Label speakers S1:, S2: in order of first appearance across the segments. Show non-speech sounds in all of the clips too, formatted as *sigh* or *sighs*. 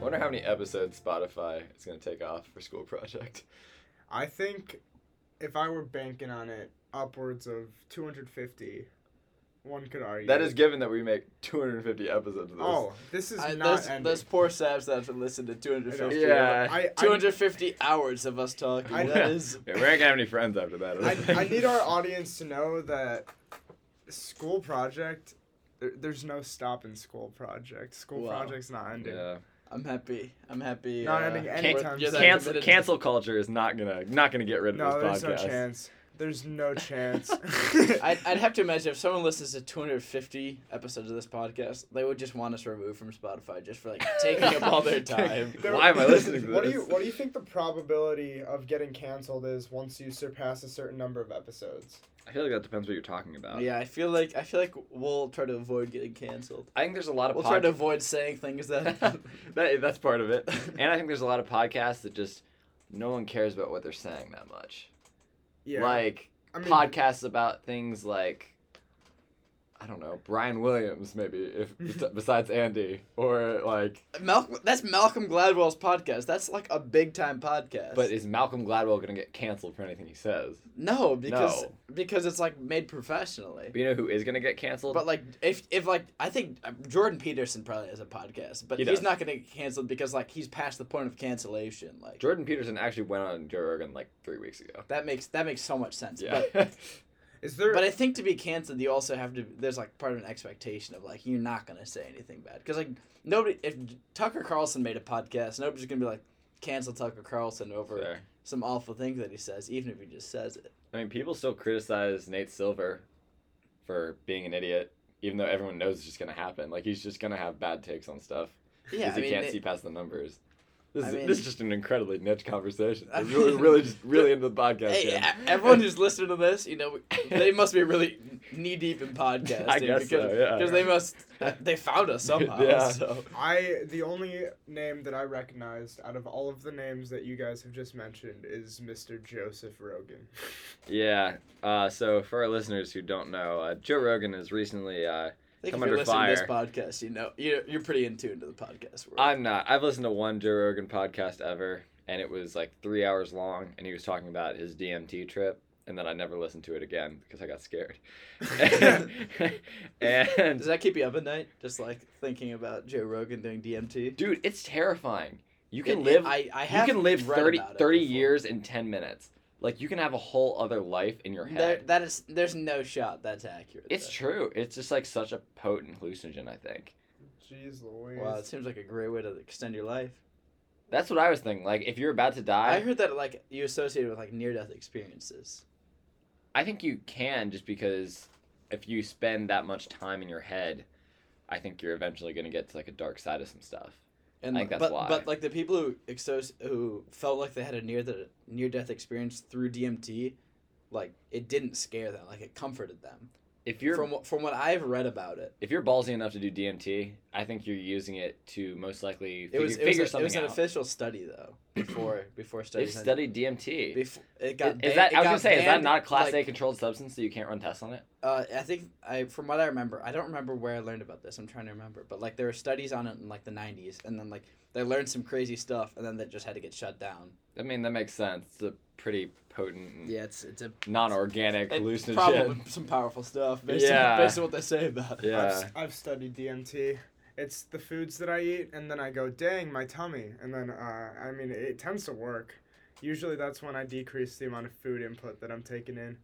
S1: wonder how many episodes Spotify is going to take off for School
S2: *laughs*
S1: Project.
S2: I think if I were banking on it, upwards of 250. One could argue
S1: That is given that we make 250 episodes of this.
S2: Oh, this is
S3: I,
S2: not
S3: those,
S2: ending.
S3: those poor saps that have to listen to 250,
S1: Yeah.
S2: I, I,
S3: 250 hours of us talking.
S1: *laughs*
S2: I-
S3: that is.
S1: Yeah, we're not gonna have any friends after that.
S2: I,
S1: don't think.
S2: I need our audience to know that school project. There, there's no stop in school project. School
S3: Wow.
S2: project's not
S1: *laughs*
S2: ending.
S1: Yeah.
S3: I'm happy. I'm happy.
S2: Not
S3: uh,
S2: ending
S3: we're-
S2: anytime
S3: you're that
S2: soon.
S1: Cancel
S3: committed to-
S1: cancel culture is not gonna not gonna get rid of
S2: No,
S1: this
S2: there's no
S1: podcast.
S2: chance.
S1: *laughs*
S2: There's no chance.
S3: I'd, I'd have to imagine if someone listens to 250 episodes of this podcast, they would just want us removed from Spotify just for like taking up
S2: *laughs*
S3: all their time.
S2: *laughs* There-
S1: Why am
S2: *laughs*
S1: I listening to
S2: What do
S1: this?
S2: you What do you think the probability of getting canceled is once you surpass a certain number of episodes?
S1: I feel like that depends what you're talking about.
S3: Yeah, I feel like I feel like we'll try to avoid getting canceled.
S1: I think there's a lot of
S3: We'll try to avoid saying things
S1: *laughs*
S3: that
S1: that, that's part of it. And I think there's a lot of podcasts that just no one cares about what they're saying that much. Like
S2: I mean,
S1: podcasts about things like I don't know, Brian Williams maybe if besides Andy or like
S3: Malcolm. That's Malcolm Gladwell's podcast. That's like a big time podcast.
S1: but is Malcolm Gladwell going to get canceled for anything he says?
S3: no, because
S1: No.
S3: because it's like made professionally.
S1: But you know who is going to get canceled?
S3: But like if if like I think uh, Jordan Peterson probably has a podcast, but
S1: He
S3: he's
S1: does.
S3: not gonna get canceled because like he's past the point of cancellation. Like
S1: Jordan Peterson actually went on Joe Rogan like three weeks ago.
S3: that makes that makes so much sense.
S1: Yeah. *laughs*
S3: But
S2: is there?
S3: but I think to be canceled, you also have to. There's like part of an expectation of like you're not gonna say anything bad because like nobody. If Tucker Carlson made a podcast, nobody's gonna be like cancel Tucker Carlson over
S1: Fair.
S3: some awful thing that he says, even if he just says it.
S1: I mean, people still criticize Nate Silver for being an idiot, even though everyone knows it's just going to happen. Like, he's just going to have bad takes on stuff because
S3: Yeah, I
S1: he
S3: mean,
S1: can't
S3: it-
S1: see past the numbers. This
S3: I
S1: is,
S3: mean-
S1: this is just an incredibly niche conversation.
S3: I
S1: We're
S3: *laughs*
S1: really,
S3: mean-
S1: really, just really into the podcast.
S3: Hey,
S1: Cam.
S3: e- everyone who's listening to this, you know, they must be really knee deep in podcasting
S1: I guess so,
S3: because
S1: yeah.
S3: 'cause they must they found us
S1: *laughs*
S3: somehow.
S1: Yeah.
S3: So
S2: I the only name that I recognized out of all of the names that you guys have just mentioned is Mr. Joseph Rogan.
S1: *laughs* Yeah. Uh, so, for our listeners who don't know, uh, Joe Rogan has recently. Uh,
S3: I think
S1: Come
S3: if you're
S1: under
S3: listening to this podcast, you know, you're you're pretty in tune to the podcast world.
S1: I'm not. I've listened to one Joe Rogan podcast ever, and it was like three hours long, and he was talking about his DMT trip, and then I never listened to it again because I got
S3: *laughs*
S1: scared. *laughs*
S3: Does
S1: and
S3: that keep you up at night? Just like thinking about Joe Rogan doing DMT.
S1: dude, it's terrifying. You
S3: It-
S1: can
S3: it-
S1: live.
S3: I, I
S1: you
S3: have
S1: can live
S3: read
S1: 30,
S3: about it
S1: 30
S3: before.
S1: years in ten minutes. Like you can have a whole other life in your
S3: There, *laughs*
S1: head.
S3: that is, there's no shot that's accurate.
S1: It's true. It's just like such a potent hallucinogen. I think
S2: Jeez Louise.
S3: though. Wow, it seems like a great way to extend your life.
S1: that's what I was thinking. Like if you're about to die,
S3: I heard that like you associate it with like near death experiences.
S1: I think you can just because if you spend that much time in your head, I think you're eventually going to get to like a dark side of some stuff.
S3: And
S1: I think that's
S3: but,
S1: why.
S3: But like the people who exos- who felt like they had a near the near death experience through DMT, like it didn't scare them. Like it comforted them.
S1: If you're
S3: From what from what I've read about it,
S1: if you're ballsy enough to do DMT, I think you're using it to most likely
S3: it
S1: figure,
S3: was it was,
S1: figure
S3: a- it
S1: something
S3: was an
S1: out.
S3: official study though before *coughs* before
S1: They
S3: studies.
S1: studied DMT.
S3: Before, it got
S1: Is
S3: ban-
S1: that
S3: it
S1: I was
S3: got
S1: gonna say is that
S3: banned,
S1: not class A
S3: like,
S1: controlled substance so you can't run tests on it?
S3: Uh, I think I from what I remember, I don't remember where I learned about this. I'm trying to remember, but like there were studies on it in like the '90s, and then like they learned some crazy stuff, and then they just had to get shut down.
S1: I mean that makes sense. It's a pretty potent, and
S3: Yeah, it's it's a
S1: non-organic
S3: It's
S1: hallucinogen.
S3: probably some powerful stuff based,
S1: Yeah.
S3: on, based on what they say about
S1: *laughs*
S3: it.
S1: Yeah.
S2: I've, s- I've studied DMT. It's the foods that I eat, and then I go, dang, my tummy. And then, uh, I mean, it tends to work. Usually that's when I decrease the amount of food input that I'm taking in.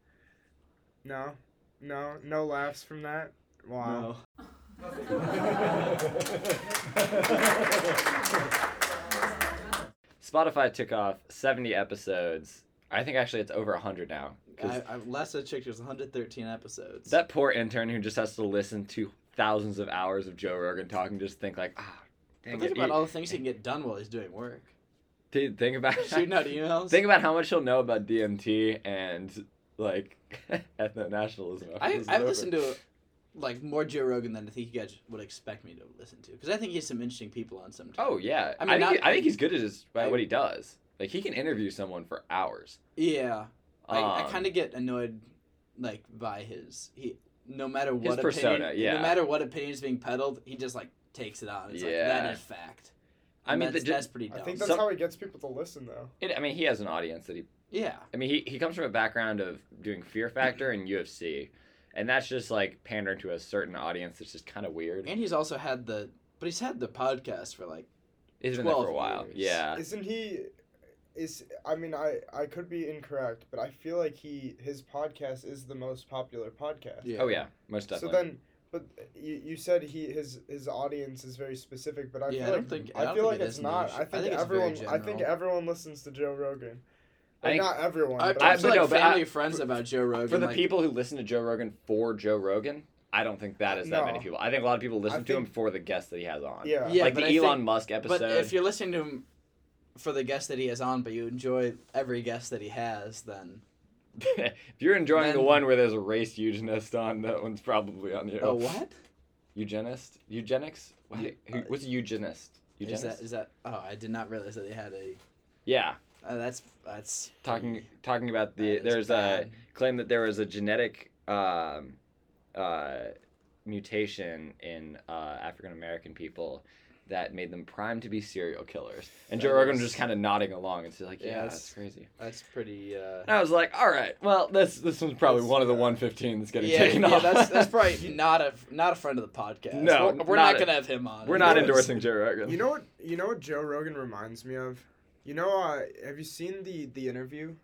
S2: No? No? No laughs from that? Wow.
S3: No.
S1: Spotify took off 70 episodes. I think actually it's over 100 now. 'cause
S3: I, I, last I checked, it was 113 episodes.
S1: that poor intern who just has to listen to thousands of hours of Joe Rogan talking, just think like, ah,
S3: But
S1: dang
S3: think
S1: it.
S3: about
S1: he-
S3: all the things he can get done while he's
S1: *laughs*
S3: doing work.
S1: dude, think about
S3: *laughs*
S1: *laughs*
S3: Shooting out emails.
S1: think about how much he'll know about DMT and like *laughs* ethno nationalism.
S3: I, I've listened to like more Joe Rogan than I think you guys would expect me to listen to because I think he has some interesting people on sometimes.
S1: Oh yeah, I
S3: I
S1: mean,
S3: mean,
S1: I think, he-
S3: not-
S1: I think he's good at his at
S3: I-
S1: what he does. Like he can interview someone for hours.
S3: yeah. I, I
S1: Um,
S3: kind of get annoyed, like by his he. No matter what opinion,
S1: persona, yeah.
S3: No matter what opinion is being peddled, he just like takes it on. It's like
S1: Yeah.
S3: that is fact.
S1: I mean, the,
S3: that's, that's
S1: just,
S3: pretty dumb.
S2: I think that's
S1: Some-
S2: how he gets people to listen, though.
S1: it, I mean, he has an audience that he.
S3: yeah,
S1: I mean, he, he comes from a background of doing Fear Factor and UFC, and that's just like pandering to a certain audience. That's just kind of weird.
S3: and he's also had the, but he's had the podcast for like
S1: It's been there for a
S3: 12
S1: while.
S3: years.
S1: Yeah.
S2: Isn't he? Is I mean I I could be incorrect, but I feel like he his podcast is the most popular podcast.
S1: Oh yeah, most
S2: So
S1: definitely.
S2: then, but you, you said he his his audience is very specific, but I
S3: Yeah, I
S2: feel
S3: don't
S2: like
S3: think- I
S2: I,
S3: don't
S2: feel
S3: think
S2: like
S3: it
S2: it's
S3: is
S2: not.
S3: niche.
S2: I
S3: I
S2: think
S3: think it's very
S2: everyone. I think
S3: general.
S2: everyone listens to Joe Rogan.
S1: I
S2: Like,
S1: think-
S2: not everyone.
S3: I,
S2: but
S3: I
S1: I'm
S2: I'm
S3: have
S1: but
S2: saying-
S3: like
S1: no, but I-
S3: family friends about Joe Rogan.
S1: for the
S3: like,
S1: people who listen to Joe Rogan for Joe Rogan, I don't think that is that many
S2: No.
S1: people. I think a lot of people listen
S2: I
S1: to him
S2: think-
S1: for the guests that he has on.
S2: yeah.
S3: Yeah.
S1: like the
S3: but I
S1: Elon
S3: think-
S1: Musk episode.
S3: But if you're listening to him for the guest that he has on, but you enjoy every guest that he has, then
S1: *laughs* if you're enjoying the
S3: Then-
S1: one where there's a race eugenist on, that one's probably on you.
S3: oh, what
S1: Eugenist? Eugenics? What?
S3: Eu-
S1: Who, what's a eugenist?
S3: is
S1: Eugenist?
S3: that? Is that? Oh, I did not realize that they had a.
S1: yeah,
S3: Uh, that's that's
S1: talking talking about the
S3: that is
S1: there's uh,
S3: bad.
S1: a claim that there was a genetic um, uh, mutation in uh, African American people that made them primed to be serial killers. And Joe
S3: That
S1: Rogan was
S3: is-
S1: just kind of nodding along and she's like,
S3: Yeah,
S1: "Yeah,
S3: that's-
S1: that's crazy."
S3: That's pretty.
S1: *laughs*
S3: Uh,
S1: And I was like, "All right, well, this this one's probably
S2: That's-
S1: one of the
S2: yeah.
S1: 115 that's getting
S3: yeah,
S1: taken
S3: yeah,
S1: off."
S3: that's
S1: *laughs*
S3: that's probably not a not a friend of the podcast.
S1: No,
S3: we're, we're
S1: not
S3: not,
S1: a-
S3: gonna have him on.
S1: We're not
S2: You know,
S1: endorsing Joe Rogan.
S2: You know what? You know what Joe Rogan reminds me of. You know, uh, have you seen the the interview?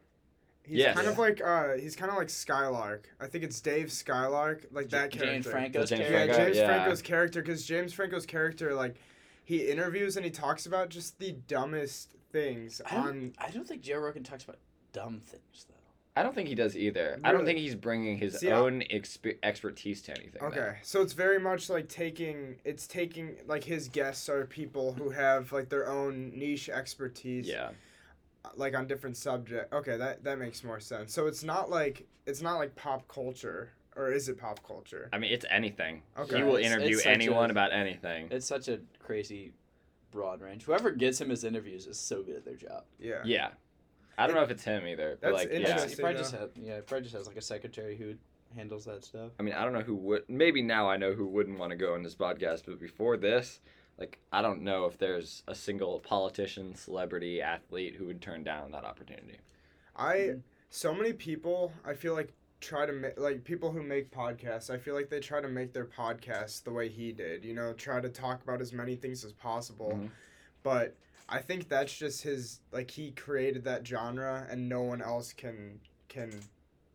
S2: He's
S1: Yes.
S2: kind of
S3: Yeah.
S2: like uh, he's kind of like Skylark. I think it's Dave Skylark, like that
S3: J-
S2: character.
S3: James Franco's
S1: The James
S2: yeah,
S3: character.
S1: Franco,
S2: James
S1: yeah.
S2: Franco's character, because James Franco's character, like, he interviews and he talks about just the dumbest things
S3: I don't,
S2: on.
S3: I don't think Joe Rogan talks about dumb things though.
S1: I don't think he does either. I don't
S2: Really?
S1: think he's bringing his
S2: See, I-
S1: own expe- expertise to anything. though.
S2: Okay, so it's very much like taking. It's taking like his guests are people who have like their own niche expertise.
S1: Yeah.
S2: like on different subject. Okay, that that makes more sense. So it's not like it's not like pop culture, or is it pop culture?
S1: I mean, it's anything.
S2: Okay.
S1: He will
S3: It's-
S1: interview
S3: it's such
S1: anyone
S3: a-
S1: about anything.
S3: It's such a crazy broad range. Whoever gets him his interviews is so good at their job.
S2: Yeah.
S1: Yeah. I don't know if it's him either. But
S2: That's
S1: like, yeah.
S2: interesting.
S3: He probably
S2: yeah.
S3: just had yeah, he probably just has like a secretary who handles that stuff.
S1: I mean, I don't know who would. Maybe now I know who wouldn't want to go on this podcast, but before this, like, I don't know if there's a single politician, celebrity, athlete who would turn down that opportunity.
S2: I so many people I feel like try to make like people who make podcasts. I feel like they try to make their podcasts the way he did. You know, try to talk about as many things as possible,
S1: Mhm.
S2: but. I think that's just his like he created that genre and no one else can can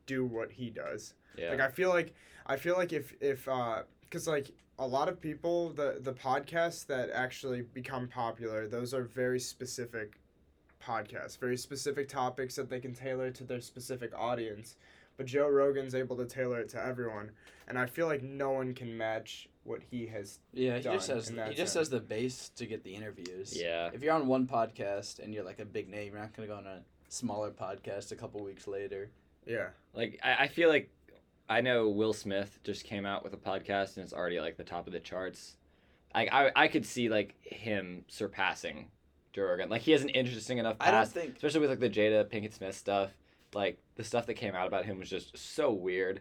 S2: do what he does.
S1: Yeah.
S2: Like I feel like I feel like if if because like a lot of people the the podcasts that actually become popular those are very specific podcasts, very specific topics that they can tailor to their specific audience. But Joe Rogan's able to tailor it to everyone, and I feel like no one can match what he has.
S3: Yeah, he
S2: done
S3: just has
S2: in
S3: he
S2: that
S3: just has the base to get the interviews.
S1: yeah.
S3: If you're on one podcast and you're like a big name, you're not gonna go on a smaller podcast a couple weeks later.
S2: Yeah,
S1: Like I, I feel like I know Will Smith just came out with a podcast and it's already like the top of the charts. I I, I could see like him surpassing Joe Rogan. Like he has an interesting enough
S3: I don't
S1: past,
S3: think
S1: especially with like the Jada Pinkett Smith stuff. Like the stuff that came out about him was just so weird,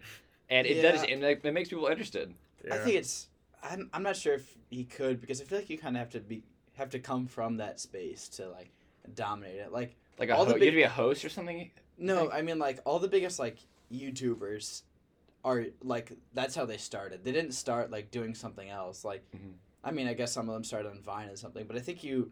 S1: and it does
S3: Yeah.
S1: and like, it makes people interested.
S2: yeah.
S3: I think it's I'm I'm not sure if he could because I feel like you kind of have to be have to come from that space to like dominate it. Like
S1: Like a
S3: All
S1: ho-
S3: the
S1: you
S3: big-
S1: have to be a host or something.
S3: no,
S1: Like-
S3: I mean like all the biggest like YouTubers are like that's how they started. They didn't start like doing something else. Like
S1: Mhm.
S3: I mean, I guess some of them started on Vine and something, but I think you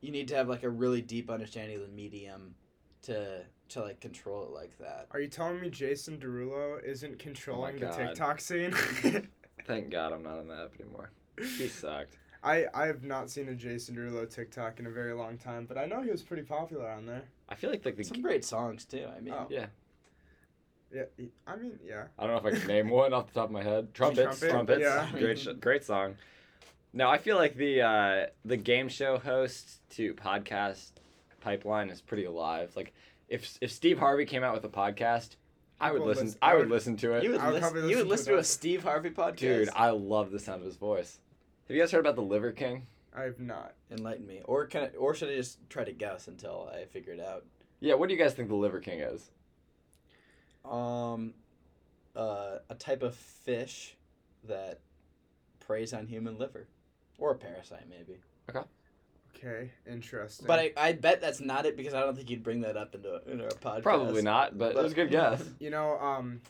S3: you need to have like a really deep understanding of the medium to to like control it like that.
S2: Are you telling me Jason Derulo isn't controlling the
S1: God.
S2: TikTok scene? *laughs*
S1: Thank God I'm not on that app anymore. He sucked.
S2: I I have not seen a Jason Derulo TikTok in a very long time, but I know he was pretty popular on there.
S1: I feel like like the
S3: Some great songs too. I mean,
S2: Oh.
S1: Yeah.
S2: Yeah, he- I mean, yeah.
S1: I don't know if I can name one off the top of my head. Trumpets,
S2: Trumpet,
S1: trumpets,
S2: yeah.
S1: *laughs* great, sh- great song. No, I feel like the uh, the game show host to podcast pipeline is pretty alive. Like, if if Steve Harvey came out with a podcast, I would
S2: People
S1: listen.
S2: listen-
S1: I
S2: I
S1: would
S2: would-
S1: listen to it,
S3: you would,
S2: I would
S3: listen,
S2: probably
S3: you would
S2: listen to
S3: listen to a
S2: that.
S3: Steve Harvey podcast.
S1: dude. I love the sound of his voice. Have you guys heard about the Liver King?
S2: I have not.
S3: enlighten me, or can I, or should I just try to guess until I figure it out?
S1: Yeah, what do you guys think the Liver King is?
S3: Um, uh, a type of fish that preys on human liver, or a parasite maybe.
S2: Okay, interesting.
S3: But I, I bet that's not it because I don't think you'd bring that up into a, into a podcast.
S1: Probably not, but it was a good guess.
S2: you know, um,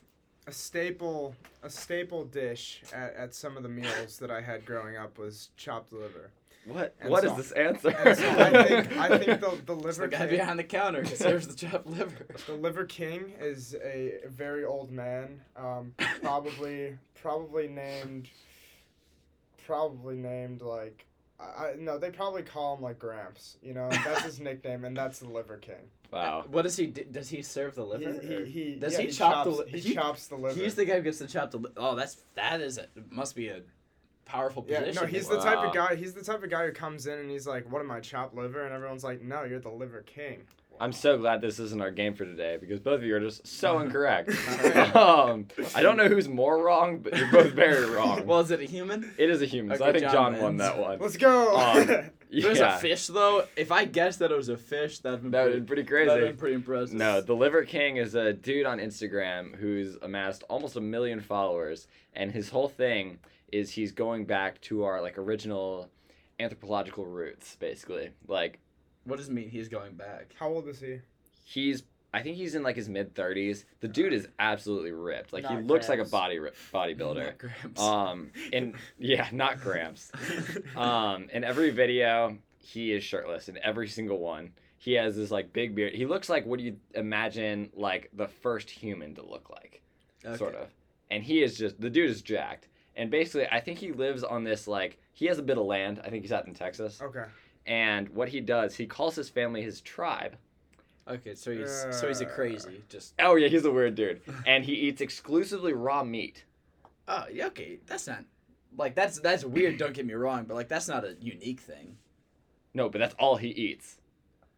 S2: a staple a staple dish at, at some of the meals that I had growing up was chopped
S3: *laughs*
S2: liver.
S1: What?
S2: And
S1: What is
S2: so-
S1: this answer?
S2: And so I think
S1: *laughs*
S2: I think the, the
S3: *laughs* It's
S2: liver
S3: the guy
S2: king,
S3: behind the counter who serves the chopped liver.
S2: the liver king is a very old man. Um, probably probably named probably named like I, I- no, they probably call him like Gramps. You know, that's his nickname, and that's the liver king.
S1: *laughs* wow.
S3: What does he do? Does he serve the
S2: He,
S3: liver?
S2: he,
S3: or-
S2: he,
S3: Does
S2: yeah,
S3: he
S2: he
S3: chop the
S2: chops,
S3: li-
S2: he
S3: he-
S2: chops the liver.
S3: He's the guy who gets the chopped liver. Oh, that's that is a, it must be a powerful
S2: Yeah,
S3: position.
S2: no, he's
S1: Wow.
S2: the type of guy. He's the type of guy who comes in and he's like, "What am I, chopped liver?" And everyone's like, "No, you're the liver king."
S1: I'm so glad this isn't our game for today because both of you are just so incorrect. *laughs*
S2: Alright.
S1: um, I don't know who's more wrong, but you're both very wrong.
S3: *laughs* well, is it a human?
S1: it is a human, so
S3: okay,
S1: I think
S3: John
S1: John, won
S3: wins.
S1: that one.
S2: Let's go.
S1: Um,
S3: There's
S1: yeah,
S3: a fish though. If I guessed that it was a fish, that'd been
S1: that would
S3: pretty,
S1: have been pretty
S3: that'd
S1: crazy.
S3: been pretty impressive.
S1: No, the Liver King is a dude on Instagram who's amassed almost a million followers, and his whole thing is he's going back to our like original anthropological roots, basically. Like
S3: what does it mean he's
S1: *laughs*
S3: going back?
S2: *laughs* How old is he?
S1: he's I think he's in like his mid thirties. The dude is absolutely ripped. Like he
S3: Not
S1: looks like a
S3: Gramps.
S1: body rip, bodybuilder.
S3: Not Gramps.
S1: Um, and
S3: *laughs*
S1: yeah, not Gramps. Um, in every video, he is shirtless in every single one. He has this like big beard. He looks like what you imagine like the first human to look like,
S3: Okay.
S1: sort of. And he is just the dude is jacked. And basically, I think he lives on this like he has a bit of land. I think he's out in Texas.
S2: okay.
S1: And what he does, he calls his family his tribe.
S3: Okay, so he's so he's a crazy. Just
S1: Oh yeah, he's a weird dude, and he eats exclusively raw meat.
S3: oh yeah, okay. That's not like that's that's weird. Don't get me wrong, but like that's not a unique thing.
S1: No, but that's all he eats.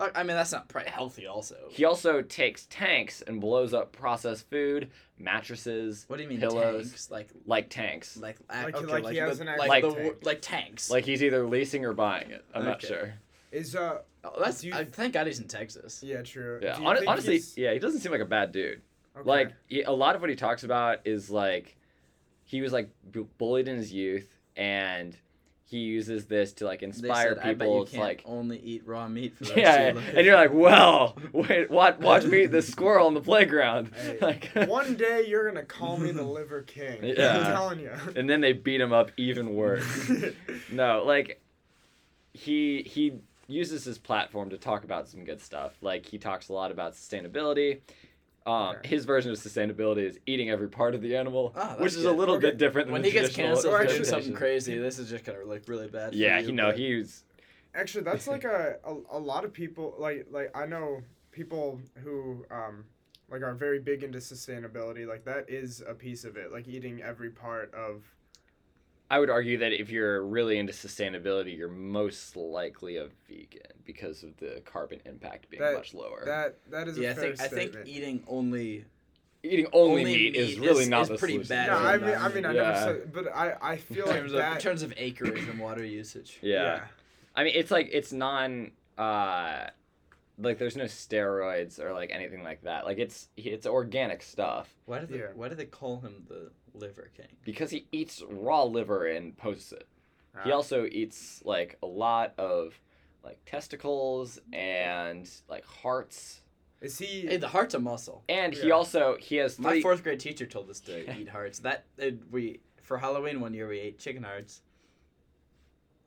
S3: I I mean that's not probably healthy. Also,
S1: He also takes tanks and blows up processed food, mattresses,
S3: what do you mean
S1: Pillows.
S3: tanks? Like
S1: like tanks.
S3: like a-
S2: Like-
S3: okay,
S2: like
S3: like,
S2: he has
S3: the,
S2: an
S3: like,
S1: actual
S3: the
S2: tank.
S3: wo- like tanks.
S1: Like he's either leasing or buying it. I'm not
S3: Okay.
S1: sure.
S2: Is uh
S3: oh, that's
S2: do you-
S3: I, thank God he's in Texas.
S2: yeah true.
S1: Yeah.
S2: Do you
S1: Hon-
S2: think
S1: honestly,
S2: he's-
S1: yeah, he doesn't seem like a bad dude.
S2: okay.
S3: *laughs*
S1: Like he, a lot of what he talks about is like he was like bu- bullied in his youth, and he uses this to like
S3: They
S1: inspire
S3: said, I bet
S1: people.
S3: you
S1: It's
S3: can't *laughs*
S1: like
S3: only eat raw meat for the
S1: *laughs*
S3: rest
S1: yeah,
S3: of your life.
S1: and you're like, well, wait, watch, watch me eat this squirrel on the playground.
S2: Hey,
S1: *laughs* like,
S2: one day you're gonna call me the liver
S3: *laughs*
S2: king. I'm
S1: Yeah.
S2: telling you.
S1: and then they beat him up even
S2: *laughs*
S1: worse. no, like he he uses his platform to talk about some good stuff. Like he talks a lot about sustainability. Um,
S2: Okay.
S1: His version of sustainability is eating every part of the animal,
S3: Ah, that's
S1: which is a
S3: good.
S1: little
S2: Okay.
S1: bit different than
S3: *laughs* when
S1: the
S3: he gets
S1: traditional
S3: canceled
S2: Or
S3: for doing
S2: actually-
S3: something
S1: representation.
S3: crazy, this is just gonna look really bad.
S1: Yeah,
S3: for you,
S1: you know
S3: but-
S1: he's
S2: Actually, that's
S3: *laughs*
S2: like a, a a lot of people like like I know people who um like are very big into sustainability. Like that is a piece of it. Like eating every part of
S1: I would argue that if you're really into sustainability, you're most likely a vegan because of the carbon impact being
S2: That-
S1: much lower.
S2: that. That is
S3: yeah,
S2: a
S3: I
S2: fair
S3: think I
S2: statement.
S3: think eating only
S1: Eating only,
S3: Only
S1: meat, is
S3: meat
S1: really
S3: is-
S1: not
S3: is
S1: the
S3: pretty
S1: solution.
S3: bad.
S2: No, I
S3: Yeah.
S2: mean, I mean, I never
S1: Yeah.
S2: said, but I, I feel like
S3: in terms, of, in
S2: that.
S3: terms of acreage and water usage.
S1: Yeah. I mean, it's like it's non uh like there's no steroids or like anything like that. Like it's it's organic stuff
S3: Why do they
S2: Yeah.
S3: Why do they call him the Liver King?
S1: because he eats raw liver and posts it. He
S3: Uh-huh.
S2: Ah.
S1: also eats like a lot of like testicles and like hearts.
S2: Is he?
S3: Hey, the heart's a muscle.
S1: And he
S2: Yeah.
S1: also he has three
S3: My fourth grade teacher told us to
S2: *laughs*
S3: eat hearts. That it, we for Halloween one year we ate chicken hearts.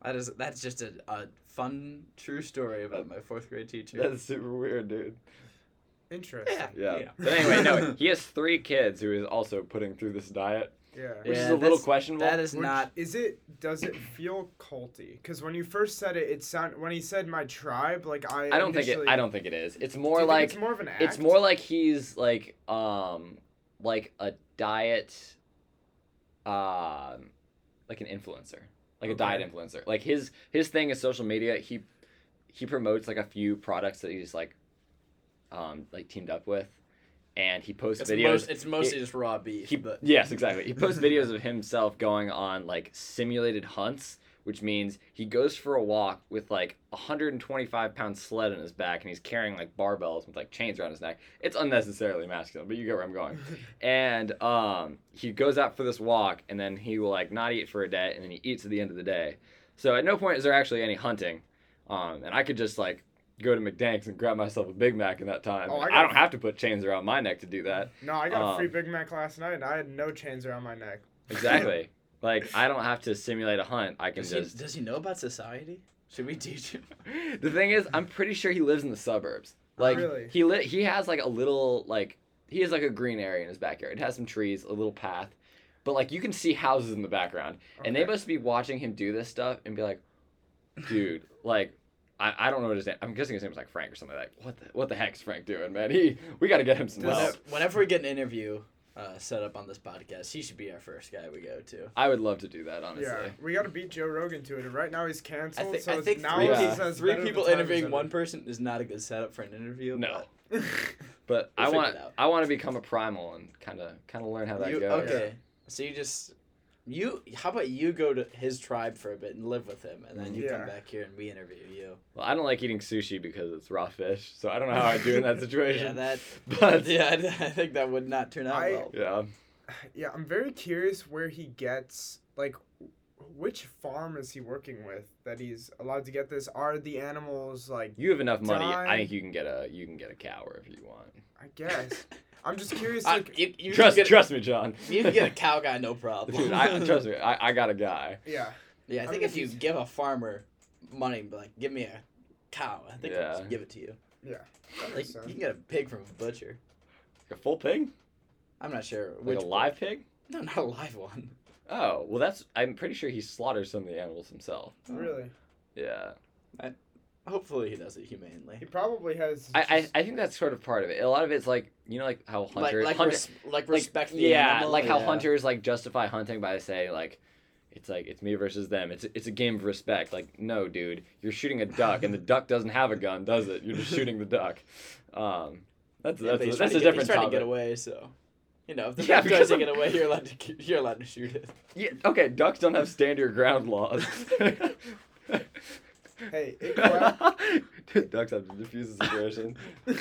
S3: That is that's just a, a fun true story about my fourth grade
S1: *laughs*
S3: teacher.
S1: That's super weird, dude.
S2: interesting.
S1: Yeah.
S3: Yeah, yeah.
S1: But anyway,
S2: *laughs*
S3: *laughs*
S1: no, he has three kids who is also putting through this diet,
S2: Yeah.
S1: which
S3: Yeah,
S1: is a little
S3: that's-
S1: questionable.
S3: That is
S2: Would-
S3: not.
S2: Is it? Does it feel culty? Because when you first said it, it sound when he said my tribe, like I.
S1: I don't think it.
S2: initially-
S1: I don't think it is. It's
S2: Do you
S1: more
S2: think
S1: like
S2: it's more of an act.
S1: It's more like he's like um like a diet um like an influencer. Like a diet
S2: Okay.
S1: influencer. Like his his thing is social media. He he promotes like a few products that he's like um like teamed up with and he posts
S3: It's,
S1: videos.
S3: most, it's mostly just raw beef.
S1: he,
S3: but
S1: yes, exactly.
S2: *laughs*
S1: He posts videos of himself going on like simulated hunts, which means he goes for a walk with like a 125 pound sled on his back and he's carrying like barbells with like chains around his neck. It's unnecessarily masculine, but you get where I'm
S2: *laughs*
S1: going. And um, he goes out for this walk and then he will like not eat for a day and then he eats at the end of the day. So at no point is there actually any hunting Um, and I could just like go to McDank's and grab myself a Big Mac in that time.
S2: Oh, I
S1: And I,
S2: got-
S1: don't have to put chains around my neck to do that.
S2: No, I got a free
S1: Um,
S2: Big Mac last night, and I had no chains around my neck.
S1: Exactly. like I don't have to simulate a hunt. I can
S3: Does he,
S1: just.
S3: does he know about society? Should we teach him?
S1: *laughs* the thing is, I'm pretty sure he lives in the suburbs. Like
S2: Oh, Really?
S1: he li- he has like a little like he has like a green area in his backyard. It has some trees, a little path, but like you can see houses in the background, and they
S2: Okay.
S1: must be watching him do this stuff and be like, dude, like. I, I don't know what his name. I'm guessing his name was like Frank or something like. What the what the heck's Frank doing, man? He we got to get him some
S2: Does-
S1: help.
S3: Whenever, whenever we get an interview uh, set up on this podcast, he should be our first guy we go to.
S1: I would love to do that honestly.
S2: Yeah, we got to beat Joe Rogan to it, and right now he's
S3: I
S2: canceled.
S3: think,
S2: so
S3: I
S2: it's
S3: think
S2: now
S3: three,
S1: it's
S2: he
S1: Yeah.
S3: pe-
S2: says
S3: three
S2: better the
S3: people
S2: time is
S3: interviewing
S2: ever.
S3: one person is not a good setup for an interview.
S1: No,
S2: That's
S1: but
S3: We'll
S1: I
S3: figure
S1: want
S3: it out.
S1: I want to become a primal and kind of kind of learn how
S3: but
S1: that
S3: you-
S1: goes.
S3: okay. So you just you how about you go to his tribe for a bit and live with him, and then you
S2: Yeah.
S3: come back here and we interview you.
S1: Well, I don't like eating sushi because it's raw fish, so I don't know how I do in that
S3: *laughs*
S1: situation.
S3: Yeah, that.
S1: *laughs* *laughs* But yeah,
S3: yeah, I, I think that would not turn out
S2: I-
S3: well.
S2: *laughs* yeah, I'm very curious where he gets like, which farm is he working with that he's allowed to get this? Are the animals like?
S1: you have enough money. I
S2: Time.
S1: think you can get a you can get a cow if you want.
S2: I
S3: *laughs*
S2: guess. I'm just curious.
S3: I-
S2: Like,
S3: you, you
S1: trust
S3: can get,
S1: trust me, John.
S3: A, you
S1: *laughs*
S3: can get a cow guy, no problem.
S1: Dude, I, trust me. I, I got a
S3: *laughs*
S1: guy.
S2: yeah.
S3: Yeah, I
S2: I
S3: think
S2: mean,
S3: if you
S2: he's-
S3: give a farmer money, be like, give me a cow, I think I'll
S1: Yeah.
S3: just give it to you.
S2: that
S3: Like,
S2: makes
S3: you
S2: sense.
S3: can get a pig from a butcher.
S1: A full pig?
S3: I'm not sure
S1: Like
S3: which.
S1: a live pig?
S3: No, *laughs* not a live one.
S1: Oh, well, that's. I'm pretty sure he slaughters some of the animals himself.
S2: Really,
S1: Yeah.
S3: Hopefully he does it humanely.
S2: he probably has.
S1: I, I, I think that's sort of part of it. A lot of it's like you know like how
S3: Like,
S1: hunters
S3: like,
S1: hunter-
S3: res- like
S1: like,
S3: respect the
S1: yeah
S3: animal,
S1: like how
S3: yeah.
S1: hunters like justify hunting by saying like it's like it's me versus them it's it's a game of respect like no dude you're shooting a duck
S3: *laughs*
S1: and the duck doesn't have a gun does it you're just shooting the duck um that's
S3: Yeah, but
S1: that's,
S3: he's
S1: a, that's
S3: trying to
S1: a
S3: get-
S1: different
S3: He's trying to
S1: topic
S3: get away, so you know if the
S1: Yeah,
S3: yeah,
S1: because
S3: tries to
S1: I'm-
S3: get away, you're allowed to ki- you're allowed to shoot it.
S1: yeah, okay ducks don't have stand your ground laws
S2: Hey, it
S1: *laughs* dude, ducks have to diffuse the situation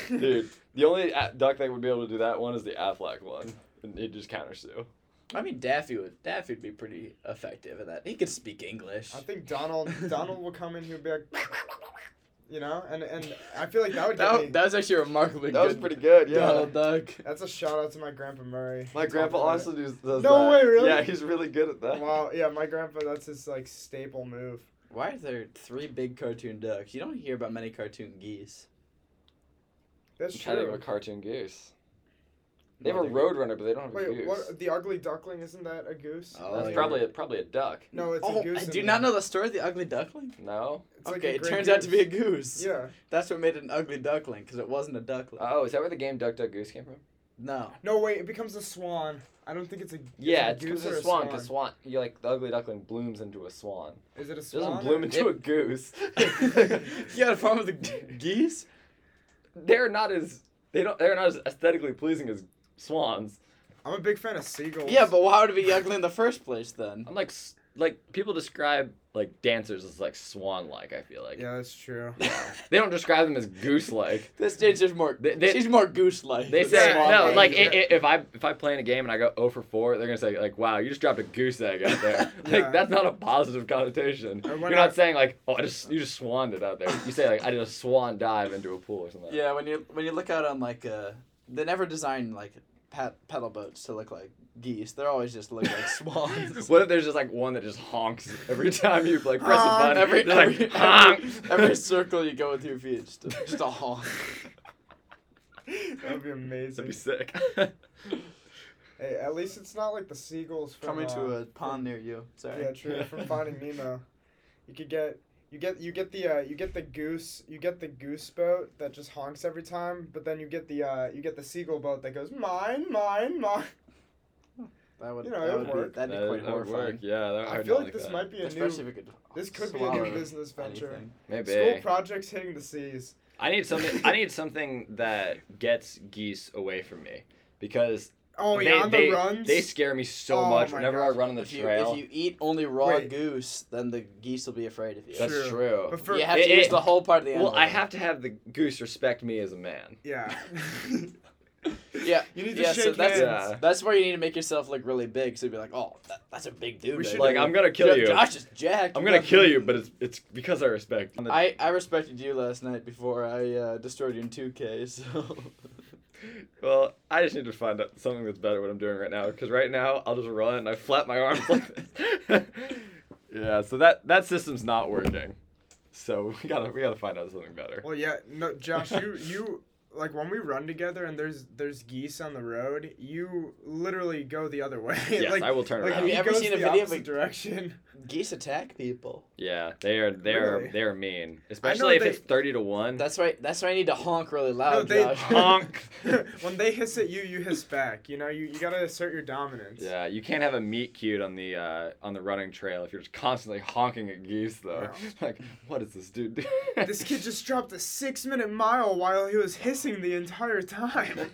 S1: dude the only a- duck that would be able to do that one is the Affleck one and it just counter
S3: *laughs*
S1: sue
S3: *laughs* I mean, Daffy would Daffy would be pretty effective at that. He could speak English.
S2: I think Donald Donald will come in. He'll be like, you know, and and I feel like that would get
S3: *laughs* That,
S2: me.
S3: that was actually remarkably
S1: that was
S3: good.
S1: pretty good yeah
S3: Donald Duck.
S2: That's a shout out to my grandpa Murray.
S1: My
S2: He
S1: grandpa
S2: talked
S1: also does, does that.
S2: No way, really?
S1: Yeah, he's really good at
S2: about it.
S1: that.
S2: Wow, yeah, my grandpa. That's his like staple move.
S3: Why are there three big cartoon ducks? You don't hear about many cartoon geese.
S2: That's
S1: I'm trying to think
S2: true.
S1: of a cartoon goose. They
S3: No,
S1: have a
S3: they're-
S1: roadrunner, but they don't have a
S2: Wait,
S1: goose.
S2: what? The ugly duckling isn't that a goose?
S3: Oh,
S1: That's
S3: yeah.
S1: probably a, probably a duck.
S2: No, it's
S3: Oh,
S2: a goose.
S3: I
S2: in
S3: do
S2: there.
S3: not know the story of the ugly duckling.
S1: No.
S2: It's like
S3: okay,
S2: a
S3: it
S2: gray
S3: turns out to be a
S2: goose.
S3: goose.
S2: Yeah.
S3: That's what made it an ugly duckling because it wasn't a duckling.
S1: Oh, is that where the game Duck Duck Goose came from? *laughs*
S3: no.
S2: No, wait. It becomes a swan. I don't think it's a. it's
S1: Yeah,
S2: a
S1: it's because
S2: goose or
S1: a swan. Because swan, you like the ugly duckling blooms into a swan.
S2: Is it a
S1: It
S2: swan?
S1: doesn't bloom
S2: or-
S1: into a *laughs* goose.
S3: you got a problem with the g- geese?
S1: they're not as they don't they're not as aesthetically pleasing as swans.
S2: I'm a big fan of seagulls.
S3: Yeah, but why would it be ugly in the first place then?
S1: I'm like s- like people describe like dancers as like swan like. I feel like
S2: Yeah, that's
S3: *laughs*
S2: true.
S1: they don't describe them as goose like.
S3: This stage is more.
S1: They- they-
S3: she's more goose-like.
S1: They
S3: than
S1: say
S2: Yeah,
S3: swan
S1: no,
S2: yeah,
S1: like
S2: yeah.
S1: i i if I if I play in a game and I go 0 for four, they're gonna say like, "Wow, you just dropped a goose egg out
S3: *laughs*
S1: there."
S2: Yeah.
S1: Like that's not a positive connotation.
S2: Or
S1: You're
S2: when I-
S1: not saying like, "Oh, I just you just swanned it out there." You say like, "I did a swan dive into a pool or something."
S3: Yeah, when you when you look out on like uh, they never design like pet, pedal boats to look like geese. They're always just look
S1: *laughs*
S3: like swans.
S1: What if there's just like one that just honks every time you like press
S2: Honk.
S1: a button?
S3: every
S1: They're like,
S3: every,
S1: honk.
S3: every, every circle you go with your feet, just, just a *laughs* honk.
S2: That'd
S1: *laughs*
S2: be
S1: That'd
S2: amazing.
S1: be sick.
S2: Hey, at least it's not like the seagulls from
S3: Coming to
S2: uh,
S3: a pond near you. Sorry.
S2: Yeah, true. From Finding
S1: *laughs*
S2: Nemo, you could get you get you get the uh, you get the goose you get the goose boat that just honks every time, but then you get the uh, you get the seagull boat that goes mine mine mine.
S3: That would,
S2: You know, it
S3: that would
S2: would work.
S3: be, that'd be
S1: That-
S3: quite
S1: that would
S3: horrifying.
S1: work. Yeah, that,
S2: I
S1: would
S2: feel
S1: not
S2: like this
S1: that.
S2: might be a
S3: Especially
S2: new
S3: if it could.
S2: this could be a
S3: swallow
S2: new business venture.
S3: anything.
S1: maybe.
S2: School projects hitting the seas.
S1: I need something. I need something that gets geese away from me because
S2: Oh
S1: they,
S2: yeah, on the
S1: they,
S2: runs.
S1: They scare me so
S2: Oh
S1: much
S2: my
S1: whenever
S2: gosh.
S1: I run on the
S3: If you,
S1: trail.
S3: if you eat only raw
S2: Wait.
S3: goose, then the geese will be afraid of you.
S1: That's
S2: True.
S1: true.
S2: but for,
S3: you have
S1: It-
S3: to use
S1: it-
S3: the whole part of the
S1: well,
S2: *laughs*
S3: animal.
S1: I have to have the goose respect me as a man.
S2: yeah,
S3: *laughs* Yeah,
S2: *laughs* You need to
S3: yeah.
S2: shake
S3: So that's
S2: hands.
S1: Yeah.
S3: that's where you need to make yourself look really big. So you'd be like, oh, that, that's a big dude.
S2: We
S3: right
S2: should-
S1: Like
S3: there."
S1: I'm gonna kill
S3: Jo-
S1: you.
S3: Josh is jacked.
S1: I'm gonna kill you, but it's it's because I respect. you.
S3: I, I respected you last night before I uh, destroyed you in 2K, so. *laughs*
S1: Well, I just need to find out something that's better what I'm doing right now because right now I'll just run and I flap my arms like this. *laughs* yeah, so that that system's not working. So *laughs* we gotta we gotta find out something better.
S2: Well, yeah, no, Josh, you you like when we run together and there's there's geese on the road, you literally go the other way. *laughs*
S1: Yes,
S2: like,
S1: I will turn
S2: like
S1: around.
S2: he
S3: you ever
S2: goes
S3: seen
S2: the
S3: a video of
S2: opposite
S3: a-
S2: direction? *laughs*
S3: Geese attack people.
S1: Yeah, they are they are
S2: Really?
S1: they are mean, especially if
S2: they-
S1: it's thirty to one.
S3: That's why, that's why I need to honk really loud,
S2: they-
S3: Josh. *laughs*
S1: honk.
S2: when they hiss at you, you hiss back. You know, you, you gotta assert your dominance.
S1: yeah, you can't have a meat cute on the uh, on the running trail if you're just constantly honking at geese though. *laughs* like, what is this dude? doing?
S2: This kid
S1: *laughs*
S2: just dropped a six minute mile while he was hissing the entire time.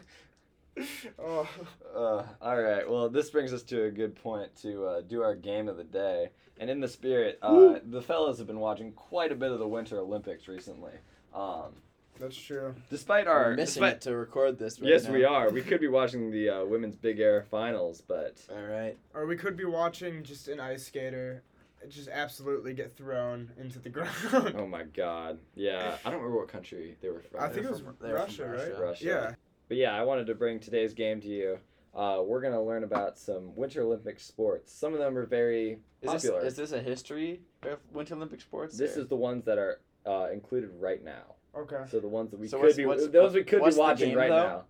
S2: *laughs* oh,
S1: Uh, all right. Well, this brings us to a good point to uh, do our game of the day. And in the spirit, uh,
S3: Woo.
S1: the fellas have been watching quite a bit of the Winter Olympics recently. Um,
S2: that's true.
S1: despite
S3: We're
S1: our
S3: missing
S1: despite-
S3: it to record this right
S1: yes,
S3: now.
S1: we are. We could be watching the uh, women's big air finals, but
S3: Alright.
S2: Or we could be watching just an ice skater just absolutely get thrown into the *laughs* ground.
S1: oh my god, yeah. I don't remember what country they were from.
S2: I think it
S3: They're
S2: was
S3: from- they're from
S2: Russia, right?
S1: Russia.
S2: Yeah.
S1: But yeah, I wanted to bring today's game to you. Uh, we're gonna learn about some Winter Olympic sports. Some of them are very
S3: Is this,
S1: popular.
S3: is this a history of Winter Olympic sports?
S1: this
S3: or-
S1: is the ones that are uh, included right now.
S2: Okay.
S1: So the ones that we
S3: So
S1: could
S3: what's-
S1: be
S3: what's-
S1: those we could be
S3: what's the
S1: watching
S3: game,
S1: right
S3: though?
S1: now.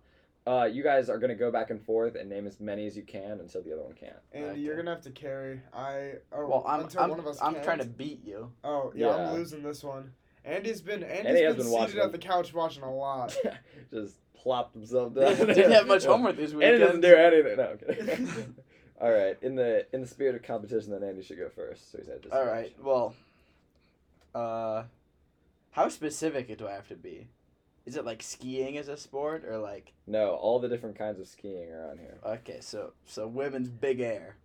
S1: Uh, you guys are gonna go back and forth and name as many as you can until the other one can't. *laughs*
S2: And
S3: Okay.
S2: you're gonna have to carry. I oh,
S3: Well, I'm,
S2: until
S3: I'm,
S2: one of us
S3: I'm
S2: can't.
S3: trying to
S1: *laughs*
S3: beat you. *laughs*
S2: Oh yeah,
S1: Yeah.
S2: I'm losing this one. Andy's been Andy's
S1: Andy has
S2: been,
S1: been
S2: seated
S1: watching
S2: at the couch watching a lot.
S1: Just plop
S3: *laughs*
S1: themselves down.
S3: Didn't have much homework this
S1: Andy doesn't
S3: weekend.
S1: do anything. No, I'm kidding.
S3: *laughs*
S1: *laughs* All right. In the in the spirit of competition, then Andy should go first. So he's at
S3: All right. Well, uh, how specific do I have to be? Is it like skiing as a sport or like
S1: No, all the different kinds of skiing are on here.
S3: okay, so so women's big air.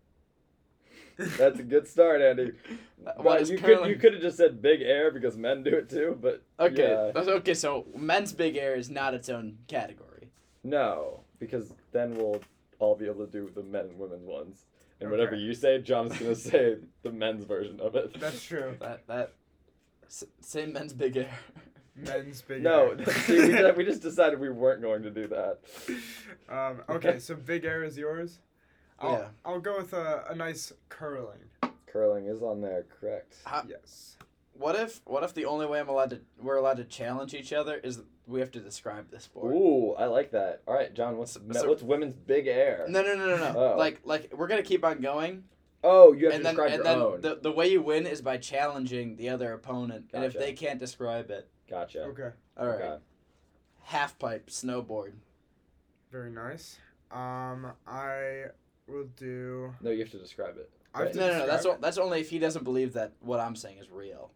S1: That's a good start,
S3: *laughs*
S1: Andy.
S3: Uh, well,
S1: Well,
S3: it's
S1: you could
S3: currently-
S1: you could have just said big air because men do it too, but
S3: Okay.
S1: yeah.
S3: that's- Okay, so men's big air is not its own category.
S1: No, because then we'll all be able to do the men and women ones. And whatever
S2: Okay.
S1: you say, John's gonna say the men's version of it.
S2: That's
S3: *laughs*
S2: true.
S3: That that s- say men's big air. *laughs*
S2: Men's big.
S1: No,
S2: air.
S1: *laughs* see, we, de- we just decided we weren't going to do that.
S2: *laughs* um, okay, so big air is yours. I'll,
S3: Yeah.
S2: I'll go with a, a nice curling.
S1: Curling is on there, correct?
S3: Uh,
S2: yes.
S3: What if what if the only way I'm allowed to we're allowed to challenge each other is we have to describe the sport?
S1: Ooh, I like that. All right, John, what's
S3: So-
S1: me-
S3: so-
S1: what's women's big air?
S3: No, no, no, no, no.
S1: Oh.
S3: Like like we're gonna keep on going.
S1: Oh, you have
S3: and
S1: to
S3: then,
S1: describe
S3: and
S1: your
S3: then
S1: own.
S3: The, the way you win is by challenging the other opponent, and if
S1: Gotcha.
S3: they can't describe it,
S1: Gotcha.
S2: Okay.
S3: all right,
S1: Okay.
S3: half pipe snowboard.
S2: Very nice. Um, I will do.
S1: No, you have to describe it.
S2: I have
S1: Right.
S2: to
S3: No, no, no, that's
S2: describe
S3: o- that's only if he doesn't believe that what I'm saying is real,